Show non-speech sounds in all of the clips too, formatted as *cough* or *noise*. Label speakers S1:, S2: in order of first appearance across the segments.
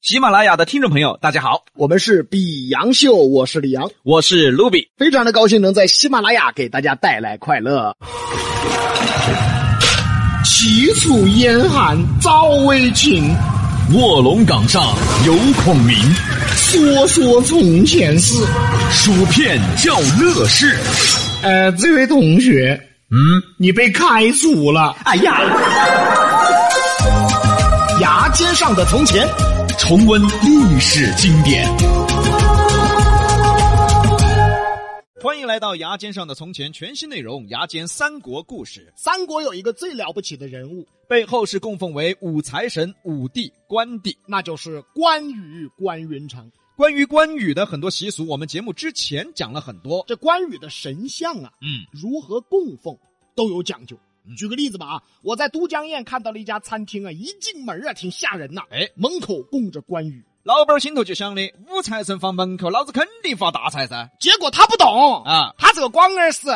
S1: 喜马拉雅的听众朋友，大家好，
S2: 我们是比杨秀，我是李阳，
S1: 我是卢比。
S2: 非常的高兴能在喜马拉雅给大家带来快乐。齐楚燕韩早为秦，
S3: 卧龙岗上有孔明，
S2: 说说从前事。
S3: 薯片叫乐事。
S2: 呃，这位同学，
S3: 嗯，
S2: 你被开除了。
S1: 哎呀，
S2: 牙尖上的从前，
S3: 重温历史经典。
S1: 欢迎来到《牙尖上的从前》全新内容《牙尖三国故事
S2: 三国有一个最了不起的人物，》，
S1: 被后世供奉为五财神、五帝、关帝。
S2: 那就是关羽关云长。
S1: 关于关羽的很多习俗，我们节目之前讲了很多。
S2: 这关羽的神像啊，
S1: 嗯，
S2: 如何供奉都有讲究。举个例子吧啊，我在都江堰看到了一家餐厅啊，一进门啊挺吓人呐、
S1: 哎，
S2: 门口供着关羽，
S1: 老板儿心头就想的，五财神放门口，老子肯定发大财噻！
S2: 结果他不懂，
S1: 啊，
S2: 他这个关二世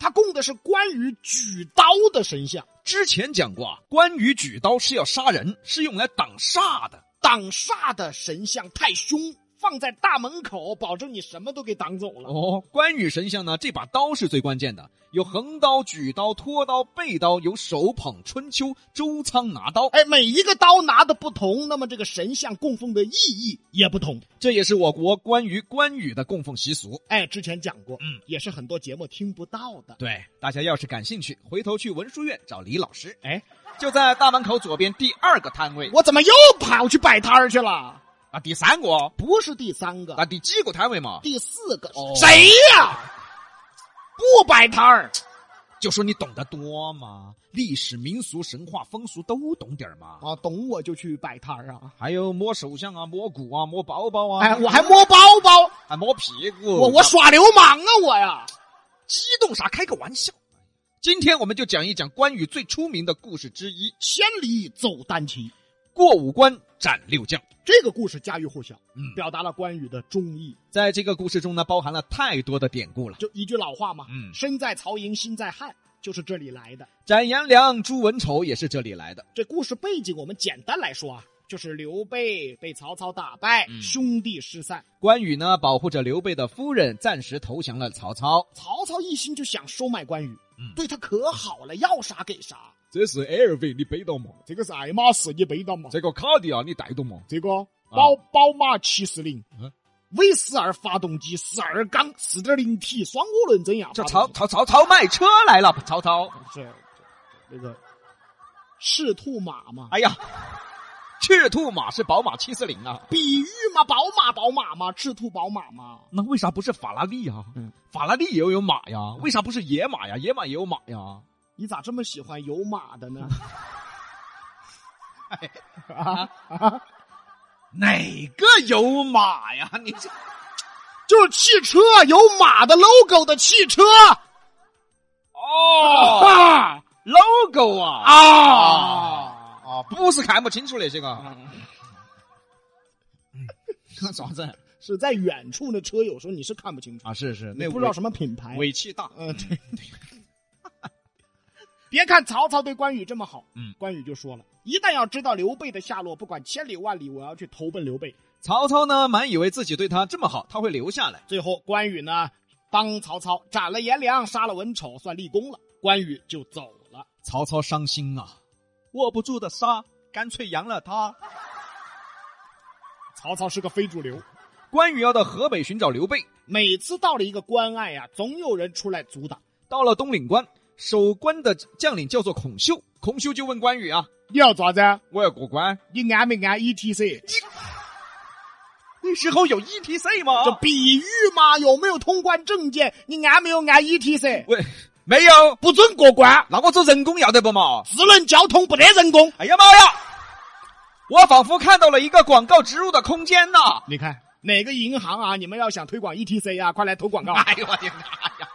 S2: 他供的是关羽举刀的神像，
S1: 之前讲过啊，关羽举刀是要杀人，是用来挡煞的。
S2: 挡煞的神像太凶，放在大门口，保证你什么都给挡走了。
S1: 哦，关羽神像呢，这把刀是最关键的，有横刀、举刀、拖刀、背刀，有手捧春秋、周仓拿刀。
S2: 哎，每一个刀拿的不同，那么这个神像供奉的意义也不同。
S1: 这也是我国关于关羽的供奉习俗。
S2: 哎，之前讲过，
S1: 嗯，
S2: 也是很多节目听不到的。
S1: 对，大家要是感兴趣，回头去文殊院找李老师，
S2: 哎，
S1: 就在大门口左边第二个摊位
S2: 我怎么又跑去摆摊儿去了？
S1: 啊，第三个哦
S2: 不是第三个，
S1: 啊，第几个摊位嘛？
S2: 第四个、
S1: 哦
S2: 谁呀、不摆摊儿，
S1: 就说你懂得多嘛，历史、民俗、神话、风俗都懂点儿嘛。
S2: 啊，懂我就去摆摊儿啊！
S1: 还有摸手相啊，摸骨啊，摸包包啊，
S2: 哎，我还摸包包，
S1: 还摸屁股。
S2: 我我耍流氓啊我呀！
S1: 激动啥？开个玩笑。今天我们就讲一讲关羽最出名的故事之一
S2: 千里走单骑，
S1: ——过五关斩六将。
S2: 这个故事家喻户晓，
S1: 嗯
S2: 表达了关羽的忠义。
S1: 在这个故事中呢，包含了太多的典故了。
S2: 就一句老话嘛，
S1: 嗯
S2: 身在曹营心在汉，就是这里来的。
S1: 斩颜良、诛文丑也是这里来的。
S2: 这故事背景我们简单来说啊，就是刘备被曹操打败，
S1: 嗯
S2: 兄弟失散。
S1: 关羽呢，保护着刘备的夫人，暂时投降了曹操。
S2: 曹操一心就想收买关羽，
S1: 嗯
S2: 对他可好了，要啥给啥。
S1: 这是 LV，你背到吗？
S2: 这个是爱马仕，你背到吗？
S1: 这个卡地亚你带到吗？
S2: 这个宝宝马七四零
S1: 嗯，
S2: V 十二发动机，十二缸，四点零 T 双涡轮增压
S1: 这
S2: 发
S1: 曹
S2: 动机。
S1: 曹曹曹卖车来了，曹操！
S2: 这这那个赤兔马嘛，
S1: 哎呀，赤兔马是宝马七四零啊，
S2: 比喻嘛，宝马宝马嘛，赤兔宝马嘛。
S1: 那为啥不是法拉利啊？
S2: 嗯
S1: 法拉利也有马呀，为啥不是野马呀？野马也有马呀。
S2: 你咋这么喜欢有马的 *laughs* 呢？
S1: 哪个有马呀？你这
S2: 就是汽车有马的 logo 的汽车。
S1: 哦 *laughs*
S2: 啊
S1: ，logo 啊
S2: 啊！
S1: 啊，不是看不清楚那些个，*laughs*
S2: 啊
S1: 啥子
S2: 是在远处那车，有时候你是看不清楚，
S1: 啊？是是，
S2: 你
S1: 那
S2: 不知道
S1: 尾
S2: 什么品牌。
S1: 尾气大，
S2: 嗯，对对。 *laughs* 别看曹操对关羽这么好，
S1: 嗯
S2: 关羽就说了，一旦要知道刘备的下落，不管千里万里，我要去投奔刘备。
S1: 曹操呢，满以为自己对他这么好，他会留下来。
S2: 最后，关羽呢帮曹操斩了颜良，杀了文丑，算立功了。关羽就走了。
S1: 曹操伤心啊，握不住的沙，干脆扬了他。
S2: 曹操是个非主流，
S1: 关羽要到河北寻找刘备，
S2: 每次到了一个关隘呀、总有人出来阻挡。
S1: 到了东岭关，守关的将领叫做孔秀，孔秀就问关羽啊
S2: 你要咋子？：“
S1: 我要过关，
S2: 你安没 E 安 ETC？
S1: 那时候有 ETC 吗？
S2: 这比喻嘛，有没有通关证件？你安没有 E 安 ETC？
S1: 喂，没有，
S2: 不准过关，
S1: 那我走人工要得不嘛？
S2: 智能交通不得人工。
S1: 哎呀妈呀！我仿佛看到了一个广告植入的空间呐！
S2: 你看哪个银行啊？你们要想推广 ETC 啊，快来投广告。
S1: 哎呦我的妈呀，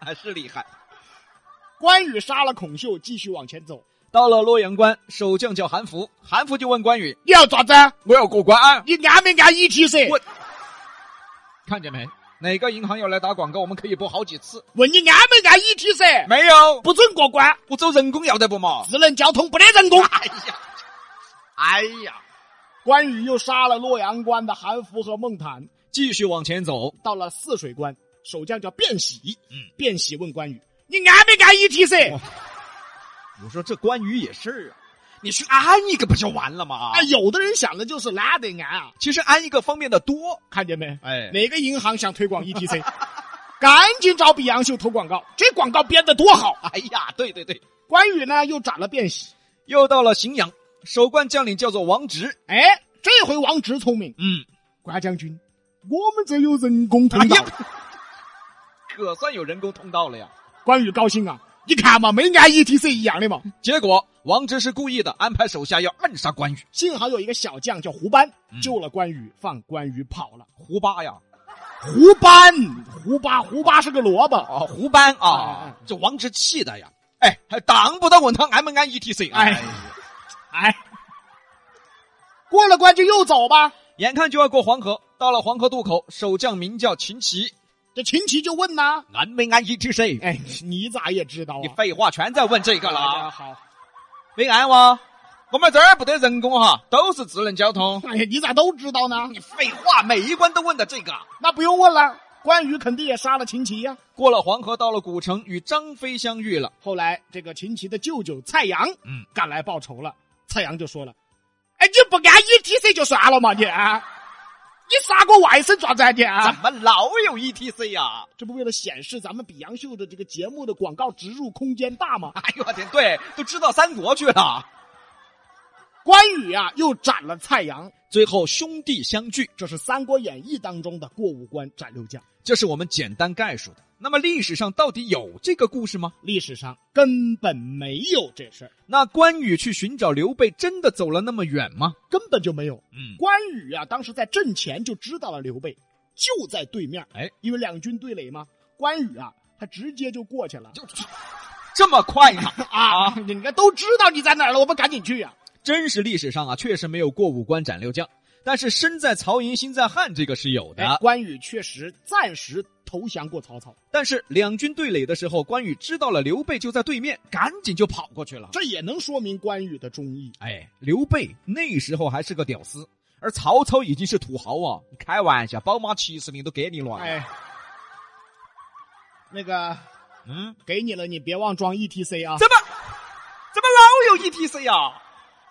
S1: 还哎是厉害！
S2: 关羽杀了孔秀，继续往前走。
S1: 到了洛阳关，守将叫韩福，韩福就问关羽
S2: 你要咋子？：“
S1: 我要过关啊
S2: 你安没 E 安 ETC？
S1: 我看见没？哪个银行要来打广告，我们可以播好几次。
S2: 问你安没安 ETC？
S1: 没有，
S2: 不准过关，
S1: 我走人工要得不嘛？
S2: 智能交通不得人工。
S1: 哎哎呀，哎呀，
S2: 关羽又杀了洛阳关的韩福和孟坦，
S1: 继续往前走，
S2: 到了汜水关，守将叫卞喜。卞喜问关羽：“你敢没 E 敢一提噻？”
S1: 哇我说这关羽也是啊，你去安一个不就完了吗？
S2: 啊，有的人想的就是哪得俺啊，
S1: 其实安一个方便的多。
S2: 看见没？
S1: 哎
S2: 哪个银行想推广 ETC，赶紧找比洋秀投广告，这广告编得多好啊！
S1: 哎呀，对对对，
S2: 关羽呢又斩了卞喜，
S1: 又到了荥阳，守关将领叫做王直。
S2: 哎，这回王直聪明，
S1: 嗯，
S2: 关将军，我们这有人工通道。
S1: 哎可算有人工通道了呀。
S2: 关羽高兴啊，你看嘛，没按 ETC 一样的嘛。
S1: 结果王直是故意的，安排手下要暗杀关羽。
S2: 幸好有一个小将叫胡班
S1: 嗯
S2: 救了关羽，放关羽跑了。
S1: 胡巴呀，
S2: 胡班，胡巴，胡巴是个萝卜。
S1: 啊，胡班
S2: 哎哎
S1: 啊，这王直气的呀，哎，还挡不到我他安不安 ETC？
S2: 哎，哎，过了关就又走吧。
S1: 眼看就要过黄河，到了黄河渡口，守将名叫秦琪，
S2: 这秦琪就问呐、
S1: 安没安 ETC？
S2: *laughs* 哎，你咋也知道啊？
S1: 你废话全在问这个了
S2: 啊！
S1: 啊，
S2: 好，
S1: 没安哇？我们这儿不得人工哈，都是智能交通。
S2: 哎呀，你咋都知道呢？
S1: 你废话，每一关都问的这个。
S2: 那不用问了，关羽肯定也杀了秦琪呀、
S1: 过了黄河，到了古城，与张飞相遇了。
S2: 后来这个秦琪的舅舅蔡阳，
S1: 嗯，
S2: 赶来报仇了。蔡阳就说了：“哎，你不按 ETC 就算了嘛，你啊，你杀个外甥爪子啊你
S1: 怎
S2: 啊？
S1: 么老有 ETC 呀、 *laughs*
S2: 这不为了显示咱们比洋秀的这个节目的广告植入空间大吗？
S1: 哎呦我天，对，都知道三国去了。
S2: 关羽啊，又斩了蔡阳，
S1: 最后兄弟相聚，
S2: 这是《三国演义》当中的过五关斩六将。
S1: 这是我们简单概述的。那么历史上到底有这个故事吗？
S2: 历史上根本没有这事儿，
S1: 那关羽去寻找刘备，真的走了那么远吗？
S2: 根本就没有。
S1: 嗯，
S2: 关羽啊，当时在阵前就知道了刘备就在对面，
S1: 哎，
S2: 因为两军对垒嘛，关羽啊，他直接就过去了
S1: 就这么快呢？
S2: 啊！你看都知道你在哪儿了，我们赶紧去啊！
S1: *laughs* 真实历史上啊，确实没有过五关斩六将，但是身在曹营心在汉，这个是有的。
S2: 哎，关羽确实暂时投降过曹操，
S1: 但是两军对垒的时候，关羽知道了刘备就在对面，赶紧就跑过去了。
S2: 这也能说明关羽的忠义。
S1: 哎，刘备那时候还是个屌丝，而曹操已经是土豪啊！开玩笑，宝马七十铃都给你了。
S2: 哎，那个
S1: 嗯，
S2: 给你了，你别忘装 ETC 啊！
S1: 怎么怎么老有 ETC 呀、
S2: 《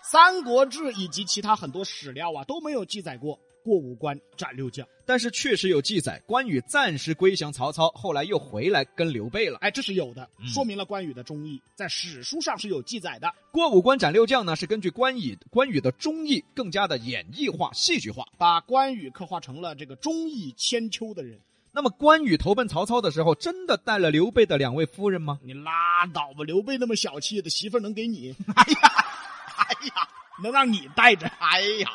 S2: 三国志》以及其他很多史料啊都没有记载过过五关斩六将，
S1: 但是确实有记载，关羽暂时归降曹操，后来又回来跟刘备了。
S2: 哎，这是有的，
S1: 嗯
S2: 说明了关羽的忠义，在史书上是有记载的。
S1: 过五关斩六将呢，是根据关羽关羽的忠义更加的演绎化、戏剧化。
S2: 把关羽刻画成了这个忠义千秋的人。
S1: 那么关羽投奔曹操的时候，真的带了刘备的两位夫人吗？
S2: 你拉倒吧，刘备那么小气的媳妇儿能给你？
S1: 哎呀，
S2: 能让你带着？
S1: 哎呀，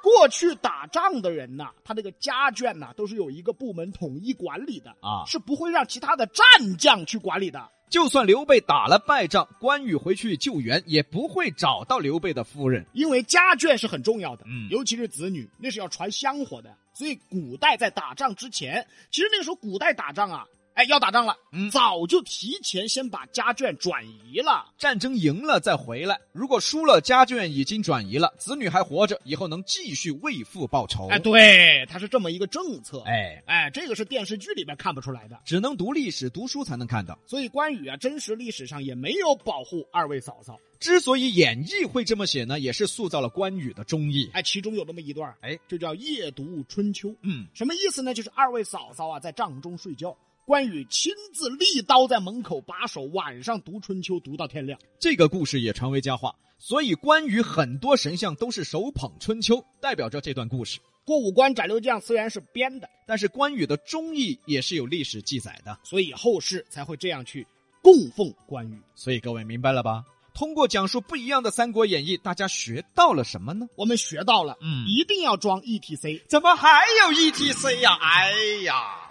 S2: 过去打仗的人呐、他这个家眷呐、都是有一个部门统一管理的
S1: 啊
S2: 是不会让其他的战将去管理的。
S1: 就算刘备打了败仗，关羽回去救援也不会找到刘备的夫人。
S2: 因为家眷是很重要的，
S1: 嗯
S2: 尤其是子女，那是要传香火的。所以古代在打仗之前，其实那个时候古代打仗啊，哎，要打仗了，
S1: 嗯
S2: 早就提前先把家眷转移了。
S1: 战争赢了再回来，如果输了，家眷已经转移了，子女还活着，以后能继续为父报仇。
S2: 哎，对，它是这么一个政策。
S1: 哦哎，
S2: 哎，这个是电视剧里边看不出来的，
S1: 只能读历史、读书才能看到。
S2: 所以关羽啊，真实历史上也没有保护二位嫂嫂。
S1: 之所以演绎会这么写呢，也是塑造了关羽的忠义。
S2: 哎，其中有那么一段，
S1: 哎，
S2: 就叫夜读春秋。
S1: 嗯，
S2: 什么意思呢？就是二位嫂嫂啊，在帐中睡觉，关羽亲自立刀在门口把守，晚上读春秋读到天亮。
S1: 这个故事也传为佳话，所以关羽很多神像都是手捧春秋，代表着这段故事。
S2: 过五关斩六将虽然是编的，
S1: 但是关羽的忠义也是有历史记载的，
S2: 所以后世才会这样去供奉关羽。
S1: 所以各位明白了吧？通过讲述不一样的《三国演义》，大家学到了什么呢？
S2: 我们学到了，
S1: 嗯
S2: 一定要装 E ETC。
S1: 怎么还有 ETC 呀、哎呀！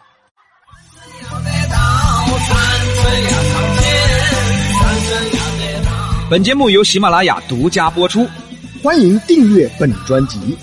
S1: 本节目由喜马拉雅独家播出。
S2: 欢迎订阅本专辑，